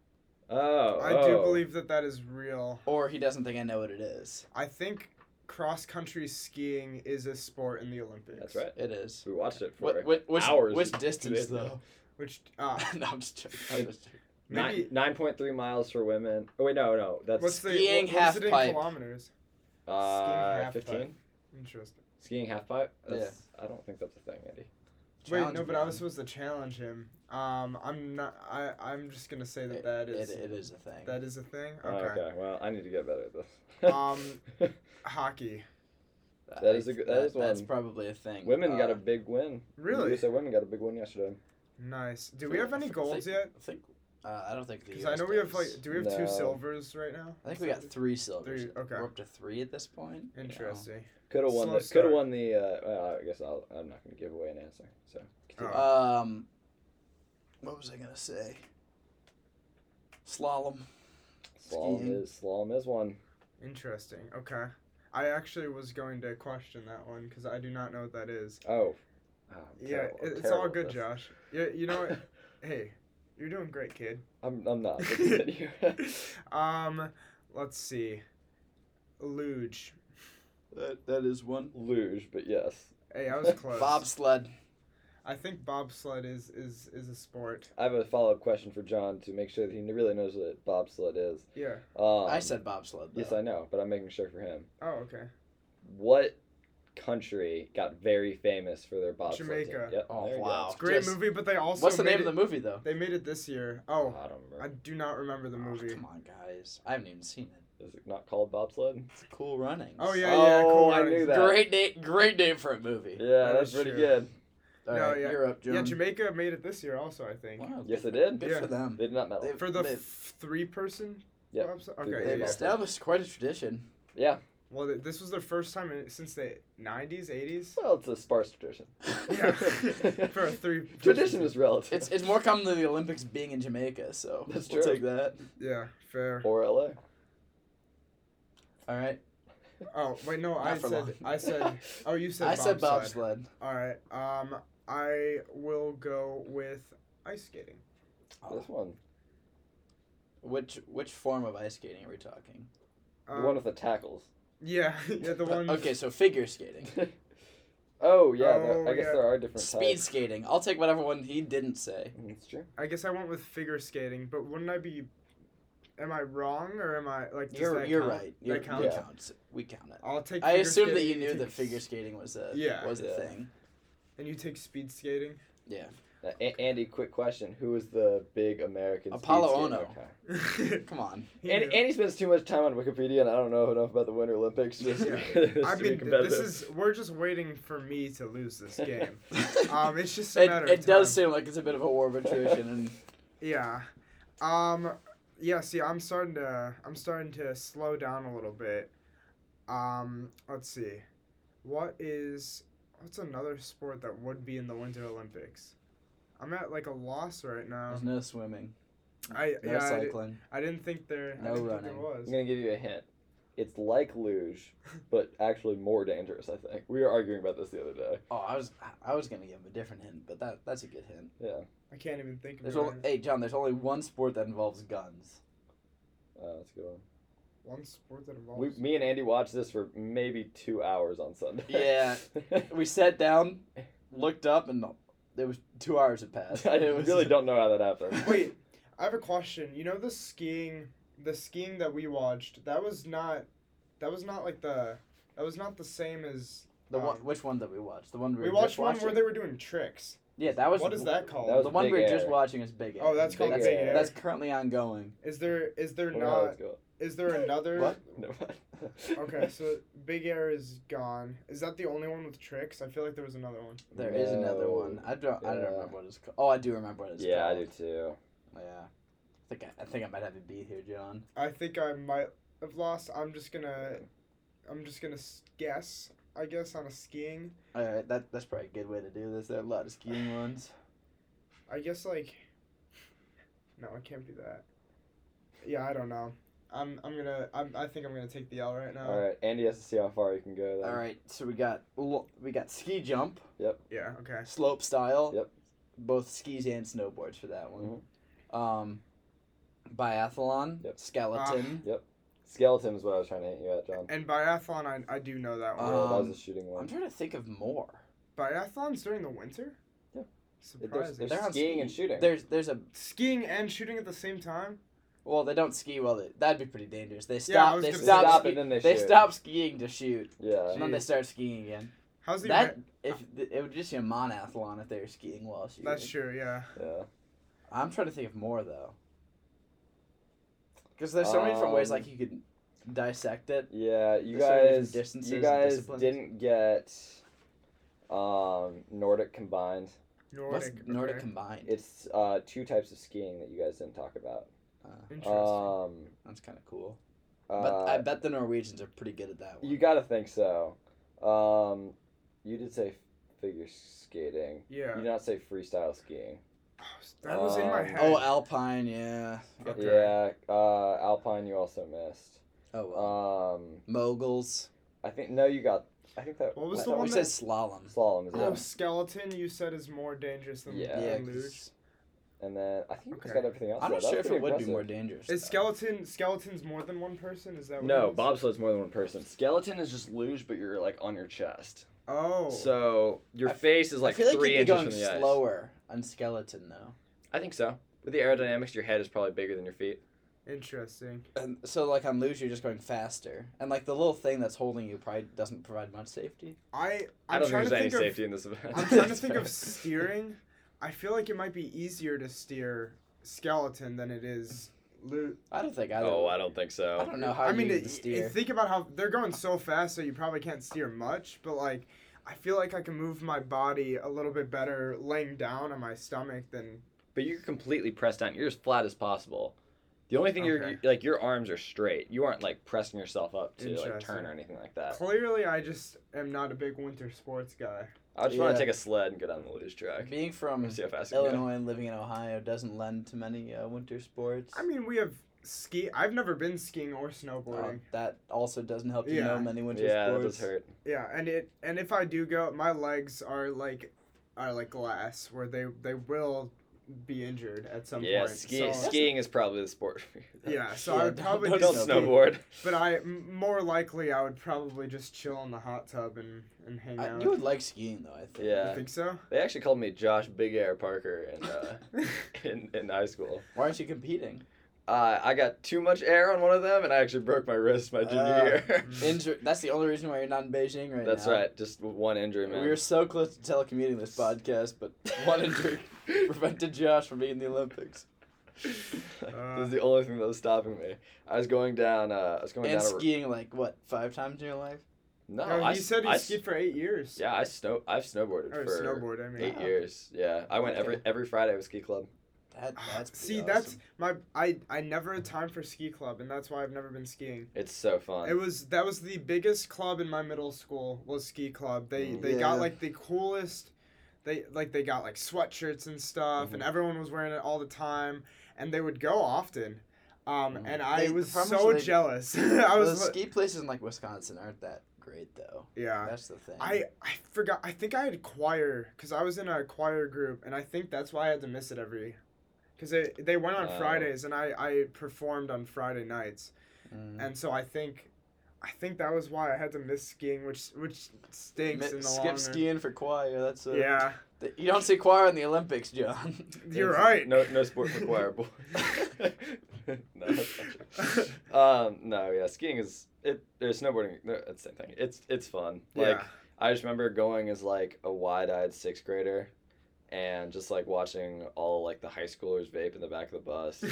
S1: Oh.
S2: it. I do
S1: oh.
S2: believe that that is real.
S3: or he doesn't think I know what it is.
S2: I think cross country skiing is a sport in the Olympics.
S1: That's right.
S3: It is.
S1: We watched it for
S3: What, which, which,
S1: hours
S3: which
S1: today.
S3: distance though? *laughs*
S2: Which uh,
S3: no, I'm just joking. I'm just joking.
S1: nine
S2: maybe
S1: nine point three miles for women. Oh wait, no, no, that's
S2: what's the
S3: Skiing
S2: what, what's it in
S3: half-pipe.
S2: kilometers? skiing
S1: uh
S2: half
S1: fifteen.
S2: pipe. Interesting.
S1: Skiing half pipe?
S3: Yeah.
S1: That's- I don't think that's a thing, Andy.
S2: *laughs* Wait,
S3: Challenge
S2: no, but I
S3: me.
S2: was supposed to challenge him. Um, I'm not. I I'm just gonna say that that is
S3: It, it is a thing.
S2: that is a thing.
S1: Oh,
S2: Okay.
S1: okay. Well, I need to get better at this.
S2: Um, Hockey.
S1: that is a good- that is
S3: That's
S1: one.
S3: probably a
S1: *laughs*
S3: thing.
S1: women
S3: Uh,
S1: got a big win.
S2: Really
S1: USA women got a big win yesterday.
S2: nice. Do
S3: I
S2: we
S3: think-
S2: have
S3: I
S2: any
S3: think-
S2: golds yet?
S3: I think. Uh, I don't think the.
S2: Because I
S3: US
S2: know we have
S3: does.
S2: like. Do we have
S1: No.
S2: two silvers right now?
S3: I think we got three silvers.
S2: Three, okay.
S3: We're up to three at this point. you know.
S2: Interesting.
S1: Could have won.
S2: Slow
S1: The, could
S2: start.
S1: have won the. Uh, well, I guess I'll, I'm not going to give away an answer. So. continue.
S2: Oh.
S3: Um, what was I gonna say? Slalom.
S1: slalom
S3: skiing.
S1: is slalom is one.
S2: Interesting. Okay. I actually was going to question that one because I do not know what that is.
S1: Oh. Oh, I'm
S2: Yeah,
S1: terrible. I'm
S2: it- it's
S1: terrible
S2: all
S1: at
S2: good,
S1: this.
S2: Josh. Yeah, you know
S3: *laughs*
S2: what? hey, you're doing great, kid.
S1: *laughs* I'm. I'm
S2: *laughs*
S1: not. but continue.
S2: Um, let's see. Luge.
S3: That that is one.
S1: *laughs* Luge, but yes,
S2: Hey,
S3: *laughs*
S2: I was close.
S3: Bobsled.
S2: I think bobsled is is is a sport.
S1: I have a follow up question for John to make sure that he really knows what bobsled is.
S2: Yeah.
S1: Um,
S3: I said bobsled. Though.
S1: Yes, I know, but I'm making sure for him.
S2: Oh, okay.
S1: What country got very famous for their bobsled. team.
S2: Jamaica.
S1: Yep,
S3: Oh,
S1: there you go.
S3: wow.
S2: It's a great
S3: Just-
S2: movie, but they also
S3: What's the
S2: made
S3: name of
S2: it,
S3: the movie though?
S2: They made it this year.
S1: I
S2: Oh,
S1: don't remember.
S2: I do not remember the
S3: Oh,
S2: movie.
S3: come on, guys. I haven't even seen it.
S1: Is it not called bobsled?
S3: It's Cool Runnings.
S2: Oh yeah, yeah.
S1: Oh,
S2: Cool
S1: I
S2: Runnings.
S1: knew that.
S3: Great name. Great name for a movie.
S1: Yeah,
S2: That
S1: that's
S2: is
S1: pretty
S2: true.
S1: good.
S3: All
S2: No,
S3: right,
S2: yeah.
S3: you're up, Jerome.
S2: Yeah, Jamaica made it this year also. I think
S3: Wow,
S1: Yes,
S3: good-
S1: it did.
S3: Good
S2: Yeah.
S3: for them.
S1: They did not medal.
S3: They've,
S2: for the
S3: they've,
S2: f- three-person.
S1: Yep.
S2: clubs?
S1: Three
S2: Okay.
S1: people.
S3: they've
S2: yeah, yeah.
S3: established quite a tradition.
S2: Well, th- this was their first time in, since the '90s, '80s.
S3: *laughs*
S1: Well, it's a sparse tradition.
S2: Yeah. *laughs* for a three.
S1: Tradition is relative.
S3: It's it's
S1: *laughs*
S3: more common than the Olympics being in Jamaica, so
S1: That's
S3: we'll
S1: true.
S3: take that.
S2: Yeah. Fair.
S1: or LA.
S3: All right.
S2: Oh wait, no. I
S3: Not for
S2: said.
S3: long.
S2: I
S3: *laughs*
S2: said. Oh, you said.
S3: I said
S2: bobsled.
S3: bobsled.
S2: All right. Um, I will go with ice skating.
S1: This one,
S3: Which which form of ice skating are we talking?
S1: the
S2: Um,
S1: one with the tackles. *laughs*
S2: yeah, *laughs* yeah, the one.
S3: Uh, Okay, so figure skating,
S1: oh yeah, there,
S2: Oh,
S1: I guess
S2: yeah.
S1: there are different
S3: speed
S1: types.
S3: skating. I'll take whatever one he didn't say.
S1: That's true.
S2: I guess I went with figure skating, but wouldn't I be? Am I wrong or am I like? does
S3: You're
S2: that
S3: you're
S2: count?
S3: right. You're,
S2: count?
S3: We
S1: Yeah.
S3: count. We count it.
S2: I'll take.
S3: I
S2: figure
S3: assume that you
S2: skating,
S3: knew that
S2: take
S3: figure
S2: s-
S3: skating was a
S2: Yeah.
S3: was a
S1: Yeah.
S3: thing.
S2: *laughs* And you take speed skating. *laughs*
S3: Yeah.
S1: Now, a- Andy, quick question: Who is the big American? speed
S3: Apollo
S1: skater?
S3: Ono.
S1: Okay.
S3: Come on.
S2: He
S1: And,
S2: knew.
S1: Andy spends too much time on Wikipedia, and I don't know enough about the Winter Olympics. Just
S2: Yeah.
S1: to
S2: I
S1: be
S2: mean, th-
S1: competitive.
S2: this is we're just waiting for me to lose
S1: *laughs*
S2: this game. *laughs* Um, it's just a matter
S3: it,
S2: of
S3: it does
S2: time.
S3: seem like it's a bit of a war of attrition, and
S2: Yeah. Um. Yeah. See, I'm starting to I'm starting to slow down a little bit. Um. Let's see. What is what's another sport that would be in the Winter Olympics? I'm at like a loss right now.
S3: there's no swimming,
S2: I
S3: no
S2: yeah. I, di-
S3: cycling.
S2: I didn't think there.
S3: No
S2: I didn't
S3: running.
S1: I'm
S2: Think there was.
S1: gonna give you a hint. It's like luge, but actually more dangerous. I think we were arguing about this the other day.
S3: Oh, I was I was gonna give him a different hint, but that that's a good hint.
S2: I can't even think of
S3: There's
S2: it.
S3: only,
S2: right now.
S3: hey John, there's only one sport that involves guns.
S1: Uh, that's a good one.
S2: One sport that
S1: We,
S2: involves.
S1: me and Andy watched this for maybe two hours on Sunday.
S3: Yeah.
S1: *laughs*
S3: We sat down, looked up, and it was two hours had
S2: *laughs*
S3: passed.
S1: I
S3: *laughs* It was-
S1: really don't know how that happened.
S2: Wait, I have a question. You know the skiing, the skiing that we watched. That was not, that was not like the, that was not the same as
S3: The one,
S2: um,
S3: which one that we watched? The one we,
S2: We
S3: were
S2: watched
S3: just
S2: one where
S3: watching?
S2: they were doing tricks.
S3: Yeah, that was.
S2: What is that called?
S1: That was
S3: the one we
S1: Big
S3: were just
S1: Air.
S3: watching is Big Air.
S2: Oh, that's
S1: called
S3: that's,
S1: Big Air.
S3: That's currently ongoing.
S2: Is there is there
S1: I don't know how
S2: not
S1: it's going.
S2: is there another?
S3: What?
S1: *laughs* Never mind.
S2: *laughs* Okay, so Big Air is gone. Is that the only one with tricks? I feel like there was another one.
S3: There is another
S1: No.
S3: one. I don't. I don't
S1: Yeah.
S3: remember what it's called. Oh, I do remember what it's
S1: Yeah, I
S3: called.
S1: do too.
S3: I do. Yeah. I think I, I think I might have a beat here, John.
S2: I think I might have lost. I'm just gonna, I'm just gonna s- guess. I guess on a skiing.
S3: All right, that that's probably a good way to do this. There are a lot of *sighs* skiing ones.
S2: I guess like no, it can't be that. Yeah, I don't know. I'm I'm gonna I'm, I think I'm gonna take the L right
S3: Oh.
S2: now.
S1: All right, Andy has to see how far he can go. Then.
S3: All right, so we got lo- we got ski jump,
S2: Yeah. Okay.
S3: slope style.
S1: Yep.
S3: Both skis and snowboards for that one. Um, biathlon,
S1: Yep.
S3: skeleton.
S1: Skeleton is what I was trying to hit you at, John.
S2: And biathlon, I I do know that one.
S1: Yeah, that
S3: Um,
S1: was a shooting
S2: Ah.
S1: one.
S3: I'm trying to think of more.
S2: Biathlons during the winter.
S1: Yeah.
S2: Surprising.
S1: There's
S3: They're on
S1: skiing and
S3: ski.
S1: shooting.
S3: There's there's a
S2: Skiing and shooting at the same time.
S3: well they don't ski well they, that'd be pretty dangerous. They
S2: Yeah, I
S3: stop
S2: was
S3: they
S2: gonna
S1: They
S3: stop,
S1: stop
S3: ski-
S1: and then they,
S3: they
S1: shoot.
S3: stop skiing to shoot and
S1: Yeah.
S3: then Uh, they
S2: Jeez.
S3: start skiing again.
S2: How's the
S3: That
S2: Amer-
S3: if it would just be a monathlon if they were skiing while shooting.
S2: That's true. Yeah.
S1: Yeah.
S3: I'm trying to think of more though. Because there's so many different ways
S1: Um,
S3: like you could dissect it.
S1: Yeah, you
S3: There's so many different
S1: guys,
S3: distances
S1: you
S3: and
S1: guys
S3: disciplines.
S1: didn't get um, Nordic combined.
S2: Nordic.
S3: What's Nordic
S2: okay.
S3: combined?
S1: It's uh, two types of skiing that you guys didn't talk about.
S2: Interesting.
S1: Um,
S3: Uh, That's kind of cool.
S1: uh,
S3: but I bet the Norwegians are pretty good at that one.
S1: you gotta think so. Um, you did say figure skating.
S2: yeah.
S1: You did not say freestyle skiing.
S2: That was in my
S1: Um,
S2: head.
S3: oh, Alpine, yeah.
S2: Okay.
S1: Yeah, uh, alpine you also missed.
S3: Oh, well.
S1: Um,
S3: moguls.
S1: I think no, you got. I think that.
S2: What was
S1: I
S2: the
S1: thought
S2: one
S3: we
S1: we
S3: said
S2: that-
S3: slalom.
S1: said Slalom is
S2: Oh,
S1: it?
S2: skeleton. You said is more dangerous than
S1: Yeah.
S2: than
S3: Yeah,
S2: luge.
S3: 'cause
S1: and then I think you guys
S2: Okay.
S1: got everything else.
S3: I'm
S1: though.
S3: not
S1: That
S3: sure
S1: was
S3: if it
S1: pretty
S3: would be
S1: impressive.
S3: more dangerous.
S2: Is
S3: though.
S2: skeleton skeletons more than one person? Is that what it
S1: No,
S2: is?
S1: bobsled's more than one person. Skeleton is just luge, but you're like on your chest.
S2: Oh,
S1: So your
S3: I f-
S1: face is like
S3: I feel like
S1: three
S3: you'd be
S1: inches
S3: going
S1: from the ice.
S3: slower on skeleton though.
S1: I think so. With the aerodynamics, your head is probably bigger than your feet.
S2: Interesting.
S3: And so like on lose, you're just going faster, and like the little thing that's holding you probably doesn't provide much safety.
S2: I
S1: I
S2: I'm
S1: don't
S2: trying
S1: think there's any
S2: to think
S1: safety in this event.
S2: of, I'm
S1: *laughs*
S2: trying to
S3: That's
S2: think of
S3: fair.
S2: steering. I feel like it might be easier to steer skeleton than it is loot.
S3: I don't think either.
S1: Oh, I don't think
S3: I
S1: so.
S3: don't know how
S2: I mean,
S3: you
S2: it,
S3: would
S2: it-
S3: steer.
S2: think about how they're going so fast, so you probably can't steer much. But like, I feel like I can move my body a little bit better laying down on my stomach than
S1: But you're completely pressed down. You're as flat as possible. The only thing you're
S2: Okay.
S1: you- like your arms are straight. You aren't like pressing yourself up to like
S2: Interesting.
S1: turn or anything like
S3: Uh.
S1: that.
S2: Clearly, I just am not a big winter sports guy.
S1: I just want
S3: Yeah.
S1: to take a sled and go down the luge track.
S3: Being from
S2: Mm-hmm.
S1: and see how fast I can go.
S3: Illinois and living in Ohio doesn't lend to many uh, winter sports.
S2: I mean, we have ski. I've never been skiing or
S3: Uh,
S2: snowboarding.
S3: that also doesn't help you know
S2: Yeah.
S3: many winter
S1: Yeah, that
S3: sports.
S1: does hurt.
S2: Yeah, and it and if I do go, my legs are like are like glass, where they they will be injured at some
S1: yeah,
S2: point.
S1: ski,
S2: so,
S1: skiing is probably the sport. For you.
S2: Yeah, so
S3: Yeah,
S2: I would
S3: don't-
S2: probably
S1: *laughs*
S3: don't
S1: don't
S2: just ski,
S1: snowboard.
S2: *laughs* But I m- more likely I would probably just chill in the hot tub and and hang
S3: I,
S2: out.
S3: you would like skiing though. I think.
S2: You
S1: Yeah.
S2: think so?
S1: They actually called me Josh Big Air Parker in uh,
S2: *laughs*
S1: in, in high school.
S3: Why aren't you competing?
S1: Uh, I got too much air on one of them, and I actually broke my wrist my junior
S3: Ah.
S1: *laughs*
S2: mm.
S1: year.
S3: Injury. That's the only reason why you're not in Beijing right
S1: That's
S3: now.
S1: right, just one injury, man.
S3: We were so close to telecommuting this podcast, but *laughs* one injury prevented Josh from being in the Olympics.
S1: *laughs*
S2: Uh,
S1: this is the only thing that was stopping me. I was going down. Uh, I was going
S3: and
S1: down. A,
S3: skiing like what five times in your life?
S1: no,
S2: No,
S1: I
S2: Oh, you
S1: s-
S2: said you
S1: I s-
S2: skied for eight years.
S1: Yeah, I snow. I've snowboarded
S2: Or
S1: for
S2: snowboard, I mean.
S1: eight
S3: Yeah.
S1: years. Yeah, I went every
S3: Okay.
S1: every Friday with ski club.
S2: *sighs*
S3: That that's pretty
S2: Ah, See,
S3: awesome.
S2: that's my I I never had time for ski club, and that's why I've never been skiing.
S1: It's so fun.
S2: It was that was the biggest club in my middle school was ski club. They
S1: Mm.
S2: they
S3: Yeah.
S2: got like the coolest. They like they got like sweatshirts and stuff, and
S1: Mm-hmm.
S2: everyone was wearing it all the time, and they would go often. Um,
S1: Mhm.
S2: and I
S3: They-
S2: was
S3: the problem
S2: so
S3: is they-
S2: jealous. *laughs* I
S3: Well,
S2: was
S3: the
S2: li-
S3: ski places in like Wisconsin aren't that great though.
S2: yeah.
S3: That's the thing.
S2: I, I forgot. I think I had choir because I was in a choir group, and I think that's why I had to miss it every. Because they, they went on
S1: Oh.
S2: Fridays, and I, I performed on Friday nights.
S3: Mm.
S2: and so I think, I think that was why I had to miss skiing, which which stinks
S3: Mi-
S2: in the
S3: skip
S2: long run.
S3: skiing for choir. That's a,
S2: Yeah,
S3: th- you don't see choir in the Olympics, John. *laughs*
S2: you're
S1: It's-
S2: right. *laughs*
S1: No, no sport for choir boy. *laughs* no, that's not
S2: *laughs*
S1: true. Um, no, yeah, skiing is it. There's snowboarding. they're- It's the same thing. It's it's fun. Like
S2: yeah,
S1: I just remember going as like a wide-eyed sixth grader, and just like watching all like the high schoolers vape in the back of the
S2: *laughs*
S1: bus.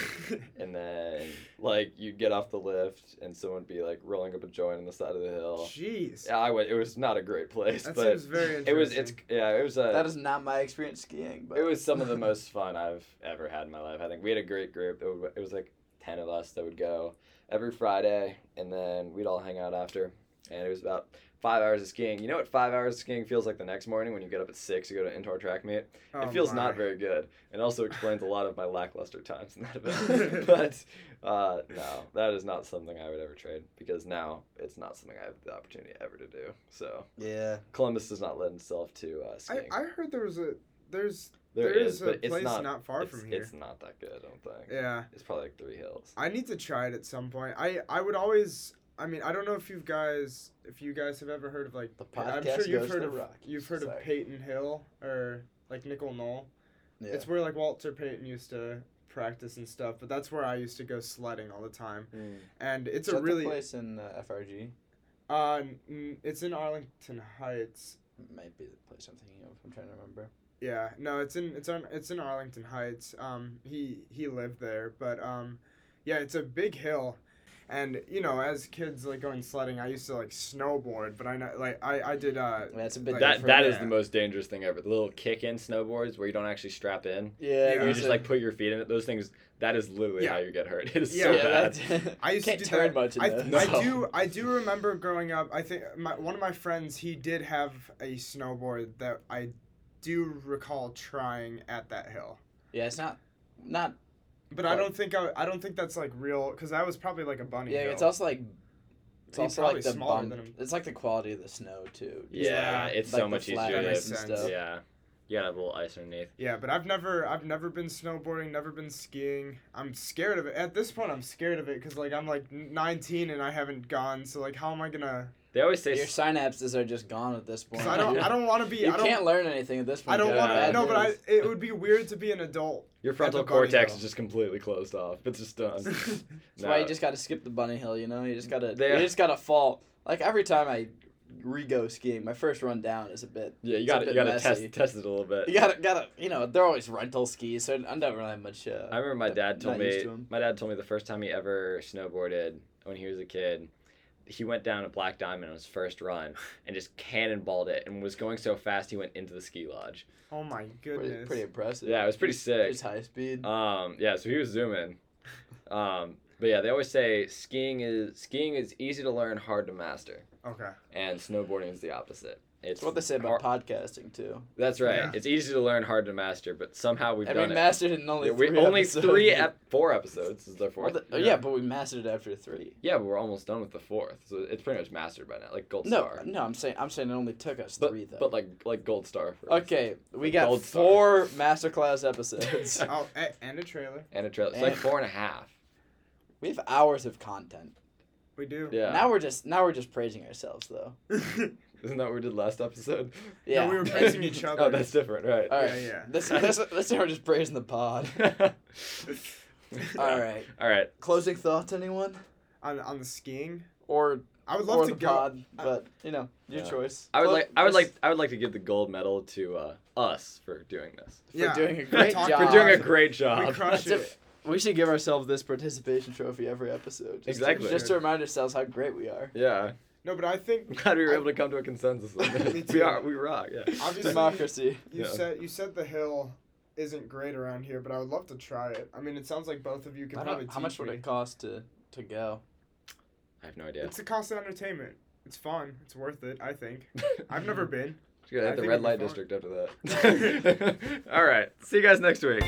S1: And then, like, you'd get off the lift, and someone would be like rolling up a joint on the side of the hill.
S2: jeez,
S1: Yeah, I went. It was not a great place,
S2: that
S1: but
S2: seems very
S1: *laughs* it
S2: interesting.
S1: was. It's yeah. It was a.
S3: that is not my experience skiing, but
S1: It was some of the most fun I've ever had in my life. I think we had a great group. It, would, it was like ten of us that would go every Friday, and then we'd all hang out after. And it was about five hours of skiing. You know what five hours of skiing feels like the next morning when you get up at six to go to an indoor track meet.
S2: Oh
S1: it feels not
S2: my.
S1: very good, and also explains a lot of my lackluster times in that
S2: *laughs*
S1: event. but uh, no, that is not something I would ever trade because now it's not something I have the opportunity ever to do. So
S3: *laughs* yeah.
S1: Columbus does not lend itself to uh, skiing.
S2: I, I heard there was a there's
S1: there is,
S2: a
S1: but
S2: place
S1: it's not
S2: far
S1: it's,
S2: from here.
S1: it's not that good, I don't think.
S2: yeah,
S1: It's probably like three hills.
S2: I need to try it at some point. I I would always. I mean, I don't know if you guys if you guys have ever heard of like
S3: The
S2: Pa- I'm
S3: podcast
S2: sure
S3: goes
S2: you've
S3: to
S2: heard
S3: the
S2: of
S3: Rockies.
S2: you've heard
S3: Sorry.
S2: of Peyton Hill or like Nickel Knoll.
S3: yeah.
S2: It's where like Walter Payton used to practice and stuff, but that's where I used to go sledding all the time. And it's
S3: Is
S2: a
S3: that the
S2: really
S3: place in uh, FRG.
S2: uh n- it's in Arlington Heights.
S3: Might be the place I'm thinking of. I'm trying to remember.
S2: Yeah, no, it's in it's on it's in Arlington Heights. Um he he lived there, but um yeah, it's a big hill. And you know, as kids like going sledding, I used to like snowboard, but I know like I I did uh
S3: That's a bit
S2: Like,
S1: That
S2: for-
S1: that is
S2: yeah.
S1: the most dangerous thing ever. The little kick in snowboards where you don't actually strap in.
S3: yeah,
S2: Yeah.
S1: You
S3: there's
S1: just
S3: a-
S1: like put your feet in it. Those things. That is literally
S2: Yeah.
S1: how you get hurt. *laughs* It is
S2: Yeah,
S1: so
S3: *laughs* yeah.
S1: bad.
S3: *laughs* that-
S2: I used
S3: Can't
S2: to do that.
S3: turn much in
S2: I,
S3: those.
S2: I
S3: *laughs*
S1: No.
S2: do I do remember growing up. I think my, one of my friends he did have a snowboard that I do recall trying at that hill.
S3: Yeah, it's not not
S2: But I don't think I, I don't think that's like real because that was probably like a bunny.
S3: Yeah,
S2: hill.
S3: it's also like it's
S2: He's
S3: also like
S2: probably
S3: the
S2: smaller
S3: bump.
S2: than him.
S3: It's like the quality of the snow too.
S1: Yeah,
S2: Yeah,
S1: it's
S3: like
S1: so
S3: the
S1: much
S3: flat
S1: easier.
S2: ice
S1: To,
S2: and
S3: stuff.
S1: Yeah, You gotta have a little ice underneath.
S2: Yeah, but I've never I've never been snowboarding, never been skiing. I'm scared of it. At this point, I'm scared of it because like I'm like 19 and I haven't gone. So like, how am I gonna?
S1: They always say
S3: Your
S1: s-
S3: synapses are just gone at this point.
S2: Cause I don't I
S3: *laughs*
S2: don't want to be.
S3: You
S2: I don't.
S3: can't learn anything at this point.
S2: I don't
S1: Yeah,
S2: want
S1: yeah,
S2: to. No, but I,
S3: It's-
S2: it would be weird to be an adult.
S1: your frontal
S2: the bunny
S1: cortex
S2: hill.
S1: is just completely closed off. It's just
S2: *laughs*
S1: done.
S3: *laughs* That's why you
S1: No.
S3: just gotta skip the bunny hill, you know? You just gotta
S1: There-
S3: you just gotta fall. Like every time I re go skiing, my first run down is a bit
S1: yeah, you
S3: it's a
S1: gotta you
S3: bit
S1: gotta
S3: messy.
S1: test test it a little bit.
S3: you gotta gotta you know, they're always rental skis, so I don't really have much uh,
S1: I remember my dad told
S3: not used
S1: me
S3: to 'em.
S1: my dad told me the first time he ever snowboarded when he was a kid, he went down a black diamond on his first
S3: *laughs*
S1: run and just cannonballed it and was going so fast he went into the ski lodge.
S2: Oh my
S3: pretty,
S2: goodness.
S3: pretty impressive.
S1: Yeah, it was pretty sick.
S3: It's high speed.
S1: Um, yeah, so he was zooming. Um, but yeah, they always say skiing is skiing is easy to learn, hard to master,
S2: Okay.
S1: and snowboarding is the opposite. It's
S3: It's what they say about podcasting too.
S1: That's right.
S2: Yeah.
S1: It's easy to learn, hard to master, but somehow we've
S3: and we
S1: done it.
S3: mastered it in only
S1: Yeah,
S3: three
S1: we only
S3: episodes.
S1: three
S3: *laughs*
S1: ep- four episodes. This is their
S3: Well,
S1: fourth.
S3: the- oh, yeah.
S2: Yeah.
S3: but we mastered it after three.
S1: Yeah, but we're almost done with the fourth, so it's pretty much mastered by now. Like gold
S3: No,
S1: star.
S3: no, I'm saying I'm saying it only took us
S1: But,
S3: three though.
S1: but like like gold star. For
S3: okay, we
S1: like
S3: got
S1: Gold Star.
S3: four masterclass
S2: *laughs*
S3: episodes.
S2: Oh, a, and a trailer.
S1: and a trailer. It's like
S3: And-
S1: four and a half.
S3: we have hours of content.
S2: We do.
S1: Yeah.
S3: Now we're just now we're just praising ourselves though.
S1: *laughs* Isn't that what we did last episode?
S3: Yeah.
S2: we *laughs* were
S3: *laughs*
S2: praising each other.
S1: *laughs* oh, that's different, right?
S3: All right.
S2: Yeah, yeah.
S3: This this this time we're just praising
S2: *laughs*
S3: the pod.
S1: *laughs*
S3: All right.
S1: All right.
S3: Closing thoughts, anyone?
S2: *laughs* on on the skiing.
S3: Or
S2: I would
S3: or
S2: love to
S3: the
S2: go.
S3: pod, but you know your
S1: Yeah.
S3: choice.
S1: I would
S3: Clo-
S1: like I would
S3: just
S1: like I would like to give the gold medal to uh, us for doing this.
S3: for
S2: Yeah.
S3: doing a
S2: For
S3: great
S2: talking-
S3: job.
S1: For doing a great job.
S2: We crushed
S3: That's
S2: it.
S3: We should give ourselves this participation trophy every episode. Just
S1: Exactly.
S3: To, just to remind ourselves how great we are.
S1: *laughs* Yeah.
S2: No, but I think
S1: I'm *laughs* glad we were able to come to a consensus.
S3: *laughs*
S1: on this. we
S2: Me too.
S1: are we rock. Yeah.
S2: Obviously-
S3: Democracy.
S2: You
S1: Yeah.
S2: said you said the hill isn't great around here, but I would love to try it. I mean, it sounds like both of you could
S3: I
S2: probably
S3: don't,
S2: teach
S3: how much would
S2: me.
S3: it cost to to go?
S1: I have no idea.
S2: It's the cost of entertainment. It's fun. It's worth it. I think. I've never been.
S1: Just gotta
S2: I
S1: hit the
S2: think
S1: red
S2: it'd be
S1: light
S2: fun.
S1: *laughs* district after that. All right. See you guys next week.